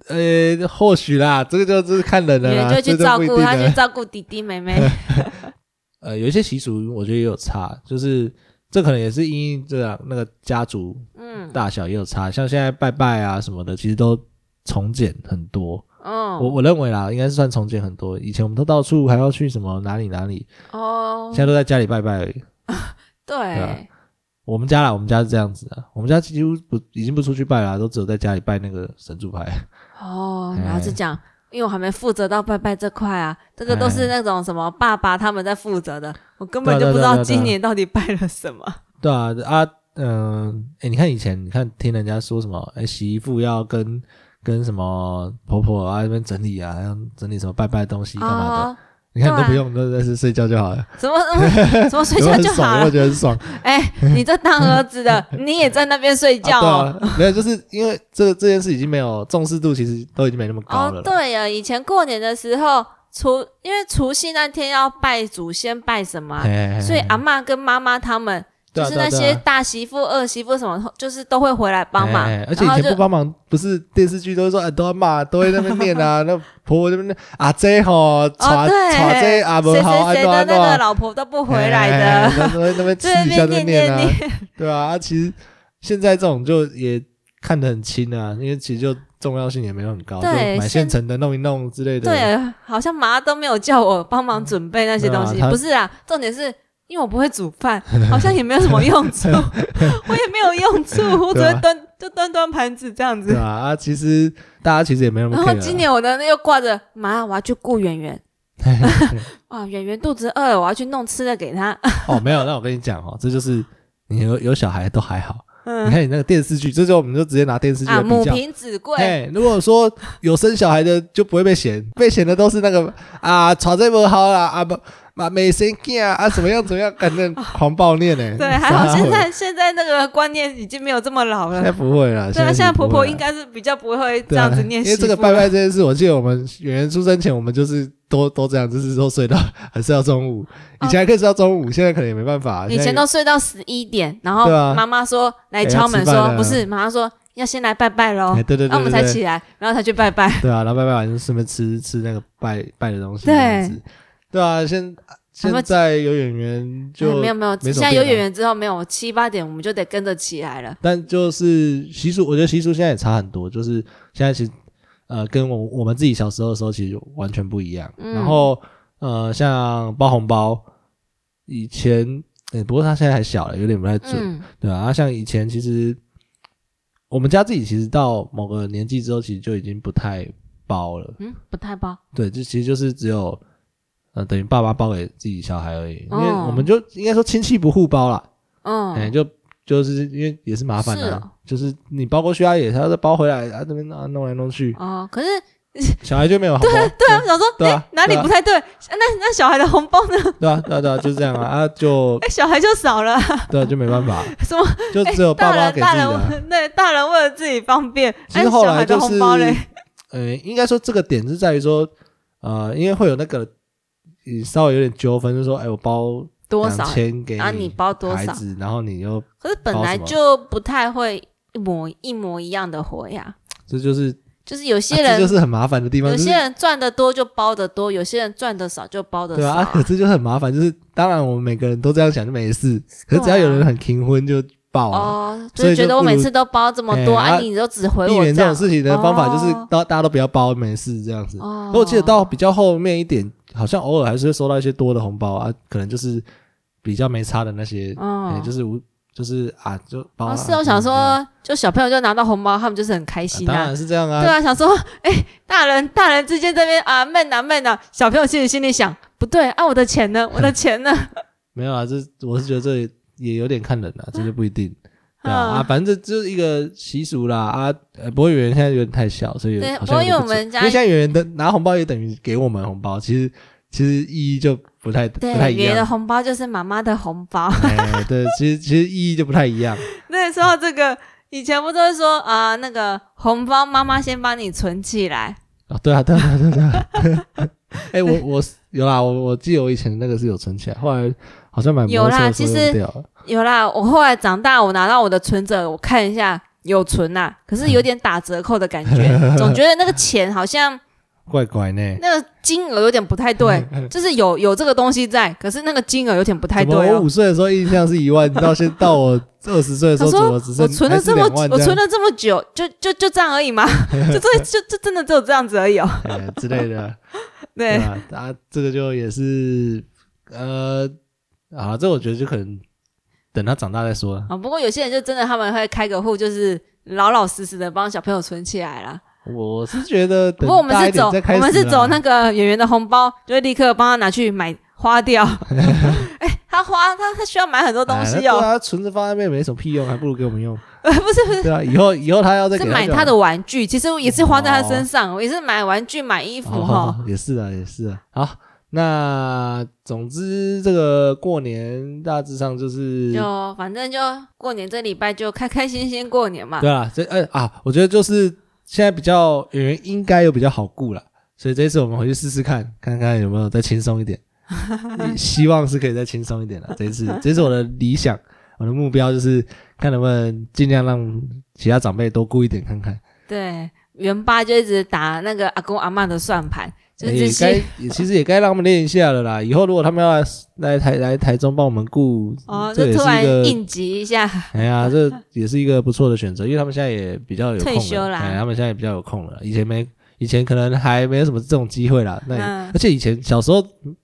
Speaker 1: 呃，或许啦，这个就就是看人了
Speaker 2: 园
Speaker 1: 啦，
Speaker 2: 就会去
Speaker 1: 啊这
Speaker 2: 照
Speaker 1: 不一
Speaker 2: 顾
Speaker 1: 定
Speaker 2: 他，
Speaker 1: 的
Speaker 2: 去照顾弟弟 妹妹。
Speaker 1: 呃，有一些习俗我觉得也有差，就是这可能也是因为这样那个家族
Speaker 2: 嗯
Speaker 1: 大小也有差，像现在拜拜啊什么的，其实都重简很多。我
Speaker 2: 嗯，
Speaker 1: 我认为啦，应该是算重简很多。以前我们都到处还要去什么哪里哪里，
Speaker 2: 哦
Speaker 1: 现，在都在家里拜拜而已。啊
Speaker 2: 对，
Speaker 1: 我们家啦，我们家是这样子的，我们家几乎不已经不出去拜啦，都只有在家里拜那个神主牌。
Speaker 2: 哦，
Speaker 1: 哎
Speaker 2: 然后就讲。因为我还没负责到拜拜这块啊，这个都是那种什么爸爸他们在负责的，我根本
Speaker 1: 哎对
Speaker 2: 就
Speaker 1: 啊
Speaker 2: 不知
Speaker 1: 对啊对
Speaker 2: 道
Speaker 1: 啊
Speaker 2: 今年到底拜了什么。
Speaker 1: 对啊啊，嗯、诶哎、你看以前，你看听人家说什么，哎、洗衣服要跟跟什么婆婆啊那边整理啊，要整理什么拜拜的东西干嘛的，
Speaker 2: 哦，
Speaker 1: 你看你都
Speaker 2: 对啊
Speaker 1: 不用，你都在是睡觉就好 了，
Speaker 2: 什么什么什么睡觉
Speaker 1: 有没有
Speaker 2: 就
Speaker 1: 很
Speaker 2: 好
Speaker 1: 爽，有没有
Speaker 2: 了。
Speaker 1: 觉得很 爽？啊
Speaker 2: 哎，你这当儿子的，你也在那边睡觉哦。
Speaker 1: 啊对啊，没有，就是因为这这件事已经没有重视度，其实都已经没那么高了啦。
Speaker 2: 哦，对呀，以前过年的时候，除因为除夕那天要拜祖先拜什么啊、
Speaker 1: 嘿嘿嘿
Speaker 2: 所以阿嬷跟妈妈他们就
Speaker 1: 对啊
Speaker 2: 是
Speaker 1: 对啊
Speaker 2: 那
Speaker 1: 对啊
Speaker 2: 些大媳妇、二媳妇什么，就是都会回来帮忙
Speaker 1: 哎哎哎，而且
Speaker 2: 然后
Speaker 1: 以前
Speaker 2: 就
Speaker 1: 不帮忙，不是电视剧都会说，哎，都要骂，都会在那边念啊，那婆婆这边念啊这吼，
Speaker 2: 哦，
Speaker 1: 传传这
Speaker 2: 对，
Speaker 1: 阿
Speaker 2: 谁
Speaker 1: 伯啊好，安
Speaker 2: 谁谁
Speaker 1: 诺
Speaker 2: 的
Speaker 1: 安
Speaker 2: 那个
Speaker 1: 诺，
Speaker 2: 老婆都不回来的，
Speaker 1: 哎，哎哎那那边吃
Speaker 2: 这
Speaker 1: 一下
Speaker 2: 边
Speaker 1: 再念
Speaker 2: 念念
Speaker 1: 啊
Speaker 2: 念，，
Speaker 1: 对啊，啊其实现在这种就也看得很轻啊，因为其实就重要性也没有很高，就
Speaker 2: 对
Speaker 1: 买
Speaker 2: 现
Speaker 1: 现成的弄一弄之类的，
Speaker 2: 对，好像妈都没有叫我帮忙准备那些东西
Speaker 1: 对啊，她
Speaker 2: 不是啊，重点是。因为我不会煮饭，好像也没有什么 用处，我也没有用处，我只
Speaker 1: 对啊
Speaker 2: 会端就端端盘子这样子
Speaker 1: 对。啊，啊其实大家其实也没那么
Speaker 2: 然
Speaker 1: care
Speaker 2: 后
Speaker 1: 啊。
Speaker 2: 今年我的那又挂着，妈，我要去雇圆圆。哇，圆圆肚子饿了，我要去弄吃的给她。
Speaker 1: 哦，没有，那我跟你讲哦，这就是你有有小孩都还好，你
Speaker 2: 嗯
Speaker 1: 看你那个电视剧，这就我们就直接拿电视剧
Speaker 2: 啊，
Speaker 1: 来比
Speaker 2: 母
Speaker 1: 较。
Speaker 2: 凭子贵，
Speaker 1: 哎，如果说有生小孩的就不会被嫌， 被嫌的都是那个啊，吵这么好啦，啊不，啊没生囝啊，啊怎么样怎么样，反正狂暴念呢、
Speaker 2: 哦对，还好
Speaker 1: 撒
Speaker 2: 现
Speaker 1: 谎
Speaker 2: 在现在那个观念已经没有这么 老
Speaker 1: 现在
Speaker 2: 了。
Speaker 1: 不会了，
Speaker 2: 对啊，
Speaker 1: 是
Speaker 2: 现在婆
Speaker 1: 不会
Speaker 2: 婆
Speaker 1: 啦
Speaker 2: 应该是比较不会这
Speaker 1: 对啊
Speaker 2: 样子念
Speaker 1: 因为
Speaker 2: 媳妇
Speaker 1: 这
Speaker 2: 了。
Speaker 1: 个拜拜这件事，我记得我们演员出生前，我们就是都都这样，就是说睡到还睡到中午，以前还可以睡到中午，现在可能也没办法。
Speaker 2: 哦以前都睡到十一点，然后
Speaker 1: 对啊
Speaker 2: 妈妈说来
Speaker 1: 哎
Speaker 2: 敲门
Speaker 1: 要吃饭
Speaker 2: 说
Speaker 1: 了
Speaker 2: 不是，妈妈说要先来拜拜喽
Speaker 1: 哎，，对对对
Speaker 2: 然后我们才
Speaker 1: 对对
Speaker 2: 起来，然后才去拜拜。
Speaker 1: 对啊，然后拜拜完就顺便吃吃那个拜拜的东西，
Speaker 2: 对
Speaker 1: 这样子，对啊，现
Speaker 2: 还没有
Speaker 1: 现在有演员
Speaker 2: 哎
Speaker 1: 就
Speaker 2: 没有没有，
Speaker 1: 没什么
Speaker 2: 现在有
Speaker 1: 变啊
Speaker 2: 演员之后没有七八点我们就得跟着起来了。
Speaker 1: 但就是习俗，我觉得习俗现在也差很多，就是现在其实呃，跟我我们自己小时候的时候其实完全不一样。
Speaker 2: 嗯
Speaker 1: 然后呃，像包红包，以前、欸、不过他现在还小了，有点不太准，
Speaker 2: 嗯，
Speaker 1: 对啊，啊像以前其实我们家自己其实到某个年纪之后，其实就已经不太包了，
Speaker 2: 嗯，不太包。
Speaker 1: 对，就其实就是只有。呃，等于爸妈包给自己小孩而已，因为
Speaker 2: 哦
Speaker 1: 我们就应该说亲戚不互包啦，哎、
Speaker 2: 嗯，
Speaker 1: 就就是因为也是麻烦的、啊
Speaker 2: 是哦
Speaker 1: 就是你包过去啊，也他再包回来啊，这边啊弄来弄去，
Speaker 2: 哦，可是
Speaker 1: 小孩就没有好包，
Speaker 2: 对啊，我想说，
Speaker 1: 对啊
Speaker 2: 哎，哪里
Speaker 1: 对啊
Speaker 2: 不太对？那那小孩的红包呢？
Speaker 1: 对啊，对啊，对啊，就是这样啊，啊就
Speaker 2: 哎，小孩就少了，
Speaker 1: 对啊，就没办法，
Speaker 2: 什么
Speaker 1: 就只有爸
Speaker 2: 大
Speaker 1: 妈
Speaker 2: 人
Speaker 1: 给自己
Speaker 2: 哎大
Speaker 1: 的
Speaker 2: 人
Speaker 1: 啊、
Speaker 2: 为对大人为了自己方便，
Speaker 1: 其
Speaker 2: 哎，
Speaker 1: 实后
Speaker 2: 小孩
Speaker 1: 来
Speaker 2: 的
Speaker 1: 就
Speaker 2: 红
Speaker 1: 是
Speaker 2: 包嘞，，
Speaker 1: 呃，应该说这个点是在于说，呃，因为会有那个呃稍微有点纠纷，就说，哎、我包
Speaker 2: 多
Speaker 1: 两
Speaker 2: 少？
Speaker 1: 千给
Speaker 2: 然后你包多
Speaker 1: 孩
Speaker 2: 少？
Speaker 1: 子，然后你又
Speaker 2: 可是本
Speaker 1: 包
Speaker 2: 来
Speaker 1: 什么
Speaker 2: 就不太会一模一模一样的活呀，
Speaker 1: 这就是、啊
Speaker 2: 就是有些
Speaker 1: 这
Speaker 2: 人、
Speaker 1: 就是很麻烦的地方，
Speaker 2: 有
Speaker 1: 就是
Speaker 2: 些人赚的多就包的多，有些人赚的少就包的
Speaker 1: 对
Speaker 2: 少、
Speaker 1: 啊，啊可是就是很麻烦，就是当然我们每个人都这样想就没事，可
Speaker 2: 对啊
Speaker 1: 是只要有人很勤婚就爆啊。
Speaker 2: 哦，
Speaker 1: 所
Speaker 2: 就
Speaker 1: 以
Speaker 2: 觉
Speaker 1: 就
Speaker 2: 得我
Speaker 1: 不
Speaker 2: 每
Speaker 1: 如
Speaker 2: 次都包这么多，
Speaker 1: 哎
Speaker 2: 啊，
Speaker 1: 啊
Speaker 2: 你都只回
Speaker 1: 避
Speaker 2: 我
Speaker 1: 免
Speaker 2: 这
Speaker 1: 这种
Speaker 2: 样。
Speaker 1: 事情的方法就是
Speaker 2: 哦
Speaker 1: 到大家都不要包，没事这样子。
Speaker 2: 哦
Speaker 1: 可我记得到比较后面一点，好像偶尔还是会收到一些多的红包啊，可能就是比较没差的那些，
Speaker 2: 哦
Speaker 1: 哎就是无就是啊就包啊。
Speaker 2: 哦，是我
Speaker 1: 嗯
Speaker 2: 想
Speaker 1: 啊
Speaker 2: 说，就小朋友就拿到红包，他们就是很开心
Speaker 1: 当
Speaker 2: 啊。
Speaker 1: 然是这样
Speaker 2: 对
Speaker 1: 啊，
Speaker 2: 啊，想说，哎、大人大人之间这边啊闷啊闷啊，小朋友其实心里想，不对啊，我的钱呢？我的钱呢？
Speaker 1: 没有啊，这我是觉得这也也有点看人 啊，这就不一定。对啊，
Speaker 2: 嗯
Speaker 1: 啊反正这就是一个习俗啦啊，呃不过圆圆现在有点太小，所以
Speaker 2: 对
Speaker 1: 好
Speaker 2: 不过
Speaker 1: 像
Speaker 2: 因
Speaker 1: 有
Speaker 2: 为
Speaker 1: 点
Speaker 2: 我
Speaker 1: 准
Speaker 2: 们家
Speaker 1: 因为现在圆圆的拿红包也等于给我们红包，其实其实意义就不太不
Speaker 2: 对，
Speaker 1: 太一
Speaker 2: 圆圆的
Speaker 1: 样，
Speaker 2: 红包就是妈妈的红包。
Speaker 1: 哎，对，其实其实意义就不太一样，
Speaker 2: 那说到这个，以前不都是说啊、那个红包妈妈先帮你存起来，
Speaker 1: 哦，对啊，对啊，对啊对啊对啊， 哎，我我有啦，我我记得我以前那个是有存起来，后来好像买摩
Speaker 2: 有
Speaker 1: 托车
Speaker 2: 啦
Speaker 1: 的时候
Speaker 2: 其实
Speaker 1: 用掉了，
Speaker 2: 有啦。我后来长大，我拿到我的存折，我看一下有存呐、啊可是有点打折扣的感 觉，总觉得那个钱好像
Speaker 1: 怪怪呢，
Speaker 2: 那个金额有点不 太对，就是有有这个东西在，可是那个金额有点不太
Speaker 1: 怎么
Speaker 2: 对
Speaker 1: 我
Speaker 2: 哦。
Speaker 1: 五岁的时候印象是一万，到现到 我二十岁的时
Speaker 2: 他
Speaker 1: 候，怎
Speaker 2: 说
Speaker 1: 么只：“剩
Speaker 2: 我存
Speaker 1: 还
Speaker 2: 了
Speaker 1: 是
Speaker 2: 这么
Speaker 1: 两万
Speaker 2: 久，我
Speaker 1: 这样
Speaker 2: 存了这么久，就就就这样而已吗？ 就这就就真的只有这样子而已哦。
Speaker 1: 哎之类的。”
Speaker 2: 对，
Speaker 1: 吧？啊，这个就也是呃，啊，这我觉得就可能等他长大再说了。
Speaker 2: 啊，不过有些人就真的他们会开个户，就是老老实实的帮小朋友存起来啦。
Speaker 1: 我是觉得
Speaker 2: 不
Speaker 1: 等
Speaker 2: 过我们
Speaker 1: 大
Speaker 2: 是
Speaker 1: 一点
Speaker 2: 走，
Speaker 1: 再开
Speaker 2: 我
Speaker 1: 始啦，
Speaker 2: 们是走那个演员的红包，就会立刻帮他拿去买花 掉。哎、他花他他需要买很多东
Speaker 1: 哎
Speaker 2: 西
Speaker 1: 那对
Speaker 2: 哦，
Speaker 1: 啊，存着放在那边也没什么屁用，还不如给我们 用。
Speaker 2: 不是不是。
Speaker 1: 对啊，以后以后他要再
Speaker 2: 是
Speaker 1: 给
Speaker 2: 买
Speaker 1: 就好
Speaker 2: 他的玩具，其实也是花在他身
Speaker 1: 哦
Speaker 2: 上，我也是买玩具、买衣服哈。
Speaker 1: 哦，也是啊，也是啊。好，那总之这个过年大致上 就是
Speaker 2: 就反正就过年这礼拜就开开心心过年嘛。
Speaker 1: 对啊，这呃啊，我觉得就是现在比较演员应该有比较好顾了，所以这一次我们回去试试看，看看有没 有再轻松一点。希望是可以再轻松一点了。这一次，这是我的理想，我的目标就是看能不能尽量让其他长辈多顾一点看看。
Speaker 2: 对，元爸就一直打那个阿公阿嬷的算盘，就是这
Speaker 1: 也
Speaker 2: 些
Speaker 1: 哎该也其实也该让他们练一下了啦。以后如果他们要来来台来台中帮我们顾，
Speaker 2: 哦，
Speaker 1: 这也
Speaker 2: 就
Speaker 1: 是
Speaker 2: 突然
Speaker 1: 一个
Speaker 2: 应急一下，
Speaker 1: 哎呀，这也是一个不错的选择，因为他们现在也比较有空
Speaker 2: 退休
Speaker 1: 了
Speaker 2: 啦
Speaker 1: 哎，他们现在也比较有空了，以前没以前可能还没有什么这种机会啦。那也、
Speaker 2: 嗯
Speaker 1: 而且以前小时候嗯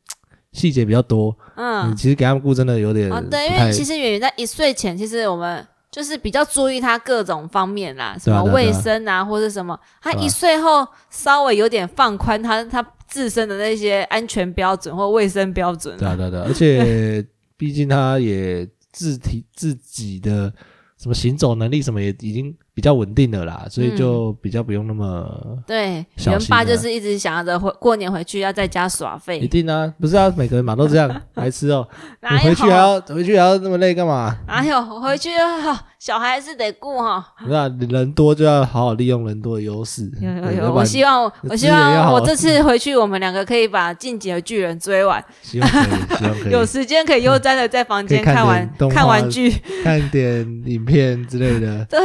Speaker 1: 细节比较多，
Speaker 2: 嗯
Speaker 1: 你，其实给他们顾真的有点
Speaker 2: 哦，
Speaker 1: 不
Speaker 2: 对，因为
Speaker 1: 太
Speaker 2: 其实圆圆在一岁前，其实我们就是比较注意他各种方面啦，什
Speaker 1: 对啊对
Speaker 2: 么
Speaker 1: 啊
Speaker 2: 卫生啊，或是什么。他
Speaker 1: 对啊
Speaker 2: 一岁后稍微有点放宽他他自身的那些安全标准或卫生标准
Speaker 1: 对啊
Speaker 2: 啊。
Speaker 1: 对啊对啊，而 且毕竟他也自体自己的什么行走能力什么也已经比较稳定了啦，所
Speaker 2: 嗯
Speaker 1: 以就比较不用那么。
Speaker 2: 对，
Speaker 1: 小
Speaker 2: 元
Speaker 1: 心啊
Speaker 2: 爸
Speaker 1: 的
Speaker 2: 就是一直想着回过年回去要在家耍
Speaker 1: 一
Speaker 2: 废，
Speaker 1: 定啊，不是啊，每个人嘛都这 样，白痴哦、你
Speaker 2: 哪
Speaker 1: 回
Speaker 2: 有
Speaker 1: 去还要回去还要那么累干嘛？
Speaker 2: 哪有回去、哦、小孩是得顾哈、
Speaker 1: 那人多就要好好利用人多的优势。
Speaker 2: 有有
Speaker 1: 嗯对
Speaker 2: 有，
Speaker 1: 要不
Speaker 2: 我
Speaker 1: 然
Speaker 2: 希望我
Speaker 1: 资
Speaker 2: 希
Speaker 1: 源要
Speaker 2: 望
Speaker 1: 好
Speaker 2: 我 这次回去，我们两个可以把《进击的巨人》追完，
Speaker 1: 希望可 以，希望可以
Speaker 2: 有时间可以悠哉的在房
Speaker 1: 可以
Speaker 2: 间
Speaker 1: 看
Speaker 2: 看完
Speaker 1: 点动
Speaker 2: 看
Speaker 1: 画
Speaker 2: 完剧。
Speaker 1: 看点影片之类 的，
Speaker 2: 对，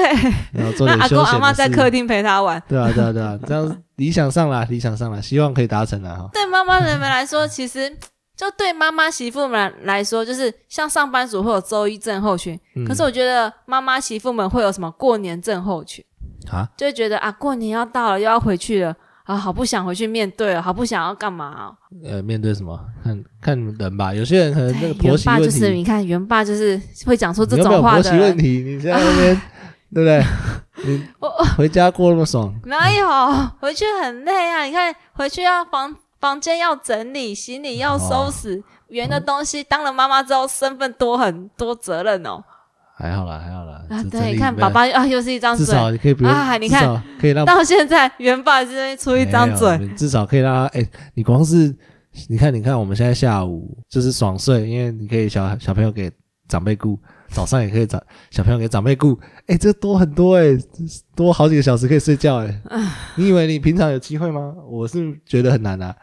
Speaker 1: 然后做
Speaker 2: 让
Speaker 1: 点
Speaker 2: 阿
Speaker 1: 休
Speaker 2: 公阿
Speaker 1: 闲
Speaker 2: 妈
Speaker 1: 的
Speaker 2: 在
Speaker 1: 事。
Speaker 2: 客厅陪他玩。
Speaker 1: 对啊，对啊，对啊，这样理想上啦，理想上啦，希望可以达成啦哈。
Speaker 2: 对妈妈人们来说，其实就对妈妈媳妇们来说，就是像上班族会有周一症候群，
Speaker 1: 嗯
Speaker 2: 可是我觉得妈妈媳妇们会有什么过年症候群，
Speaker 1: 啊，
Speaker 2: 就会觉得啊，过年要到了，又要回去了。啊，好不想回去面对哦，好不想要干嘛哦、
Speaker 1: 呃，面对什么？看看人吧，有些人可能呃那个婆
Speaker 2: 元
Speaker 1: 媳
Speaker 2: 哎爸
Speaker 1: 问
Speaker 2: 就是，
Speaker 1: 题，
Speaker 2: 你看元爸就是会讲出这
Speaker 1: 你有没
Speaker 2: 种
Speaker 1: 有
Speaker 2: 话
Speaker 1: 婆媳
Speaker 2: 的
Speaker 1: 问
Speaker 2: 人，
Speaker 1: 题？你现在那 边对不对？你
Speaker 2: 我
Speaker 1: 回家过那么爽，
Speaker 2: 哪有？回去很累啊！你看，回去要房房间要整理，行李要收拾，圆、的东西。当了妈妈之后，身份多很多责任哦。
Speaker 1: 还好啦，还好啦。
Speaker 2: 啊，
Speaker 1: 只
Speaker 2: 对，你看，爸
Speaker 1: 整理一下
Speaker 2: 爸啊，又是一张
Speaker 1: 至
Speaker 2: 嘴。
Speaker 1: 少你可以不用
Speaker 2: 啊你
Speaker 1: 至
Speaker 2: 看
Speaker 1: 少可以让
Speaker 2: 到现在，元爸这边出一张嘴，
Speaker 1: 没有，至少可以让他哎、你光是你看，你看我们现在下午就是爽睡，因为你可以小小朋友给长辈顾，早上也可以长小朋友给长辈顾，哎、这多很多哎、多好几个小时可以睡觉 哎、你以为你平常有机会吗？我是觉得很难啊。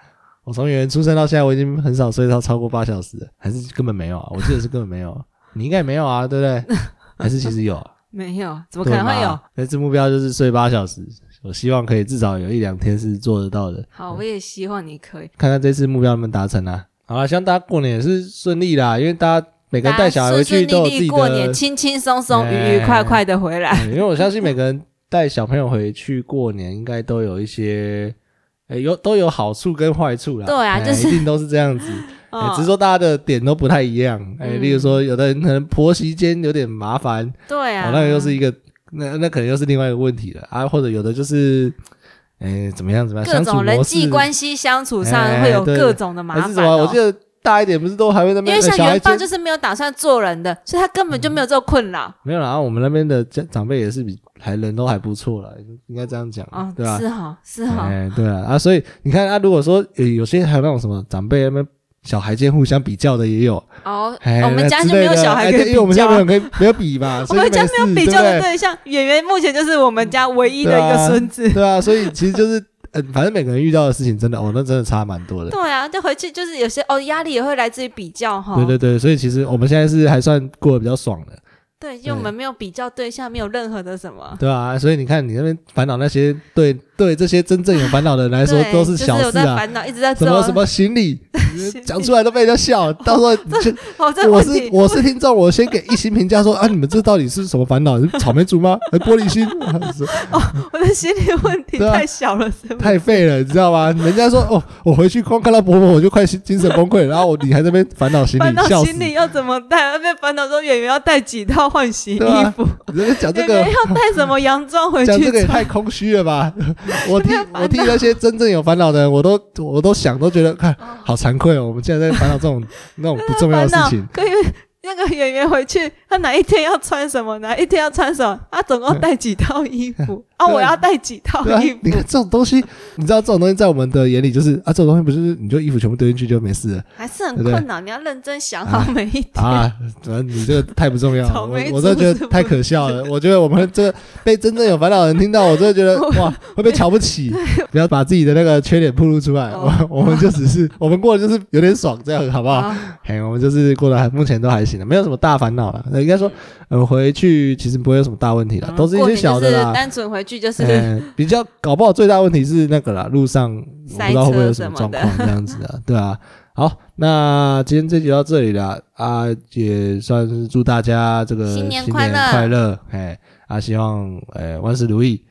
Speaker 1: 我从演员出生到现在，我已经很少睡到超过八小时了，还是根本没有啊？我记得是根本没有、啊，你应该也没有啊，对不对？还是其实有、啊？
Speaker 2: 没有，怎
Speaker 1: 我
Speaker 2: 么可能会有？？
Speaker 1: 那次目标就是睡八小时，我希望可以至少有一两天是做得到的。
Speaker 2: 好，我也希望你可以。
Speaker 1: 看看这次目标能不能达成啊。好啦，希望大家过年也是顺利啦，因为大家每个人带小孩回去都有自
Speaker 2: 大家顺顺利
Speaker 1: 己
Speaker 2: 利
Speaker 1: 的，哎
Speaker 2: 过年，轻轻松松、愉愉快快的回来。
Speaker 1: 对因为我相信每个人带小朋友回去过年，应该都有一些，诶、有都有好处跟坏处啦。
Speaker 2: 对啊
Speaker 1: 哎
Speaker 2: 就是
Speaker 1: 一定都是这样 子，哎
Speaker 2: 嗯
Speaker 1: 只是说大家的点都不太一样。哎、
Speaker 2: 嗯
Speaker 1: 例如说，有的人可能婆媳间有点麻烦，
Speaker 2: 对啊，
Speaker 1: 哦，那个又是一个，那那可能又是另外一个问题了啊，或者有的就是，哎、怎么样怎么样，
Speaker 2: 各
Speaker 1: 相处
Speaker 2: 种人
Speaker 1: 模式
Speaker 2: 际关系相处上
Speaker 1: 哎
Speaker 2: 会有
Speaker 1: 对
Speaker 2: 各种的麻
Speaker 1: 还
Speaker 2: 烦、
Speaker 1: 是什
Speaker 2: 哦。
Speaker 1: 么？我记得大一点不是都还会在那
Speaker 2: 因
Speaker 1: 边，
Speaker 2: 为像
Speaker 1: 呃小孩
Speaker 2: 元爸
Speaker 1: 间嗯
Speaker 2: 就是没有打算做人的，所以他根本就没有这个困扰。
Speaker 1: 没有啦，啊我们那边的家长辈也是比还人都还不错了，应该这样讲，
Speaker 2: 哦，
Speaker 1: 嗯对吧？啊
Speaker 2: 是哈，是哈，
Speaker 1: 哎，对啊，啊，所以你看啊，如果说有有些还有那种什么长辈那边小孩间互相比较的也有，
Speaker 2: 哦，
Speaker 1: 哎，
Speaker 2: 我们家
Speaker 1: 之
Speaker 2: 就没有
Speaker 1: 类的
Speaker 2: 小孩
Speaker 1: 哎
Speaker 2: 可
Speaker 1: 对
Speaker 2: 以
Speaker 1: 因为我
Speaker 2: 比
Speaker 1: 们家
Speaker 2: 较
Speaker 1: 没有
Speaker 2: 啊，
Speaker 1: 人可以没有比 嘛，
Speaker 2: 我
Speaker 1: 所以
Speaker 2: 们
Speaker 1: 就
Speaker 2: 家没有比较的
Speaker 1: 事对不对
Speaker 2: 对象。演员目前就是我们家唯一的
Speaker 1: 对
Speaker 2: 一
Speaker 1: 啊
Speaker 2: 个孙子。
Speaker 1: 对啊，所以其实就是。呃，反正每个人遇到的事情真的哦，那真的差蛮多的。
Speaker 2: 对啊，就回去就是有些哦，压力也会来自于比较哈。
Speaker 1: 对对对，所以其实我们现在是还算过得比较爽的，
Speaker 2: 对，因为我们没有比较对象，没有任何的什么。
Speaker 1: 对啊，所以你看你那边烦恼那些，对对，这些真正有烦恼的人来说
Speaker 2: 对，
Speaker 1: 都是小
Speaker 2: 就是有
Speaker 1: 事
Speaker 2: 在
Speaker 1: 啊。
Speaker 2: 烦恼，一直在
Speaker 1: 什么
Speaker 2: 做
Speaker 1: 什么行 李，讲出来都被人家笑。到时候你去，
Speaker 2: 哦， 这个
Speaker 1: 我
Speaker 2: 问
Speaker 1: 是
Speaker 2: 题
Speaker 1: 我是听众，我先给一星评价说啊，你们这到底是什么烦恼？是草莓族吗？还玻璃心？
Speaker 2: 我的心理问题
Speaker 1: 对啊
Speaker 2: 太小了，是吗？
Speaker 1: 太废了，你知道吗？人家说哦，我回去光看到伯伯我就快精神崩溃，然后我你还在那边烦恼行
Speaker 2: 烦
Speaker 1: 李，
Speaker 2: 恼
Speaker 1: 笑死！
Speaker 2: 行李要怎么带？被烦恼说演员要带几套换洗衣
Speaker 1: 对啊
Speaker 2: 服，
Speaker 1: 你在那边讲这
Speaker 2: 演
Speaker 1: 个
Speaker 2: 员，要带什么洋装回去
Speaker 1: 讲这个也
Speaker 2: 穿
Speaker 1: 太空虚了 吧！我替
Speaker 2: 有没有烦恼
Speaker 1: 我替那些真正有烦恼的人，我都我都想都觉得，看好惭愧哦，我们竟然在烦恼这 种那种不重要的
Speaker 2: 烦
Speaker 1: 事
Speaker 2: 恼，
Speaker 1: 情。
Speaker 2: 可以那个演员回去，他哪一天要穿什么，哪一天要穿什么，他总共带几套衣服啊？啊，
Speaker 1: 嗯对
Speaker 2: 我要带几套
Speaker 1: 对啊
Speaker 2: 衣服，？
Speaker 1: 你看这种东西，你知道这种东西在我们的眼里就是啊，这种东西不就是你就衣服全部丢进去就没事了
Speaker 2: 还是很
Speaker 1: 对不对
Speaker 2: 困扰。你要认真想好每一点。
Speaker 1: 啊？反正你这个太不重要了，
Speaker 2: 草
Speaker 1: 我
Speaker 2: 莓
Speaker 1: 我真的觉得太可笑了。我觉得我们 这个被真正有烦恼的人听到，我真的觉得哇会被瞧不起。不要把自己的那个缺点暴露出来，
Speaker 2: 哦
Speaker 1: 我我们就只是我们过得就是有点爽，这样好不好？
Speaker 2: 啊
Speaker 1: 嘿，我们就是过得还目前都还行的，没有什么大烦恼了。那应该说，呃，回去其实不会有什么大问题了，都是一
Speaker 2: 嗯过
Speaker 1: 些
Speaker 2: 年
Speaker 1: 小的
Speaker 2: 就是
Speaker 1: 啦。
Speaker 2: 单纯回去就是
Speaker 1: 嗯，比较搞不好最大问题是那个啦，路上我不
Speaker 2: 塞
Speaker 1: 知道会不会有什
Speaker 2: 车什
Speaker 1: 么
Speaker 2: 么
Speaker 1: 状
Speaker 2: 的
Speaker 1: 况这样子啊，对啊。好，那今天这集到这里了啊，也算是祝大家这个
Speaker 2: 新年
Speaker 1: 新
Speaker 2: 快
Speaker 1: 年
Speaker 2: 乐
Speaker 1: 快乐，哎啊，希望呃万事如意，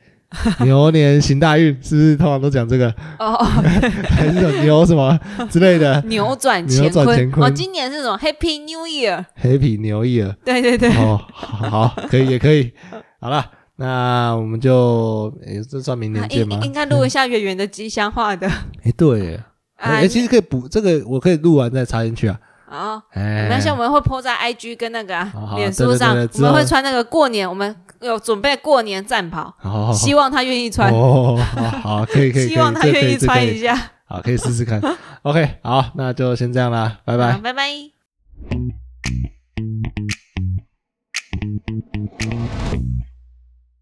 Speaker 1: 牛年行大运，是不是通常都讲这个，
Speaker 2: 哦哦
Speaker 1: 还是有牛什么之类的
Speaker 2: 扭转
Speaker 1: 扭
Speaker 2: 乾
Speaker 1: 转乾
Speaker 2: 坤。
Speaker 1: 坤
Speaker 2: 哦，今年是什么 Happy New Year？
Speaker 1: ，Happy 牛 y e
Speaker 2: 对对 啊对，
Speaker 1: 哦，好，好可以也可以，好了，那我们就诶这算明
Speaker 2: 啊
Speaker 1: 年见吗
Speaker 2: 应？应该录一下圆圆的吉祥话的
Speaker 1: 哎，对耶。哎、
Speaker 2: 啊
Speaker 1: 欸。其实可以补这个，我可以录完再插进去啊。
Speaker 2: 哦，
Speaker 1: 哎、哦
Speaker 2: 没关系，我们会 po 在 IG 跟那个啊
Speaker 1: 好好
Speaker 2: 脸书上，
Speaker 1: 对对对对
Speaker 2: 我
Speaker 1: 之后
Speaker 2: 们会穿那个过年，我们有准备过年战袍，
Speaker 1: 好好好，
Speaker 2: 希望他愿意穿，
Speaker 1: 哦，好好，可以可以，
Speaker 2: 希望他
Speaker 1: 可以
Speaker 2: 愿意穿一
Speaker 1: 下，
Speaker 2: 下。
Speaker 1: 好，可以试试看。OK，好，那就先这样啦，拜拜
Speaker 2: 好。拜拜。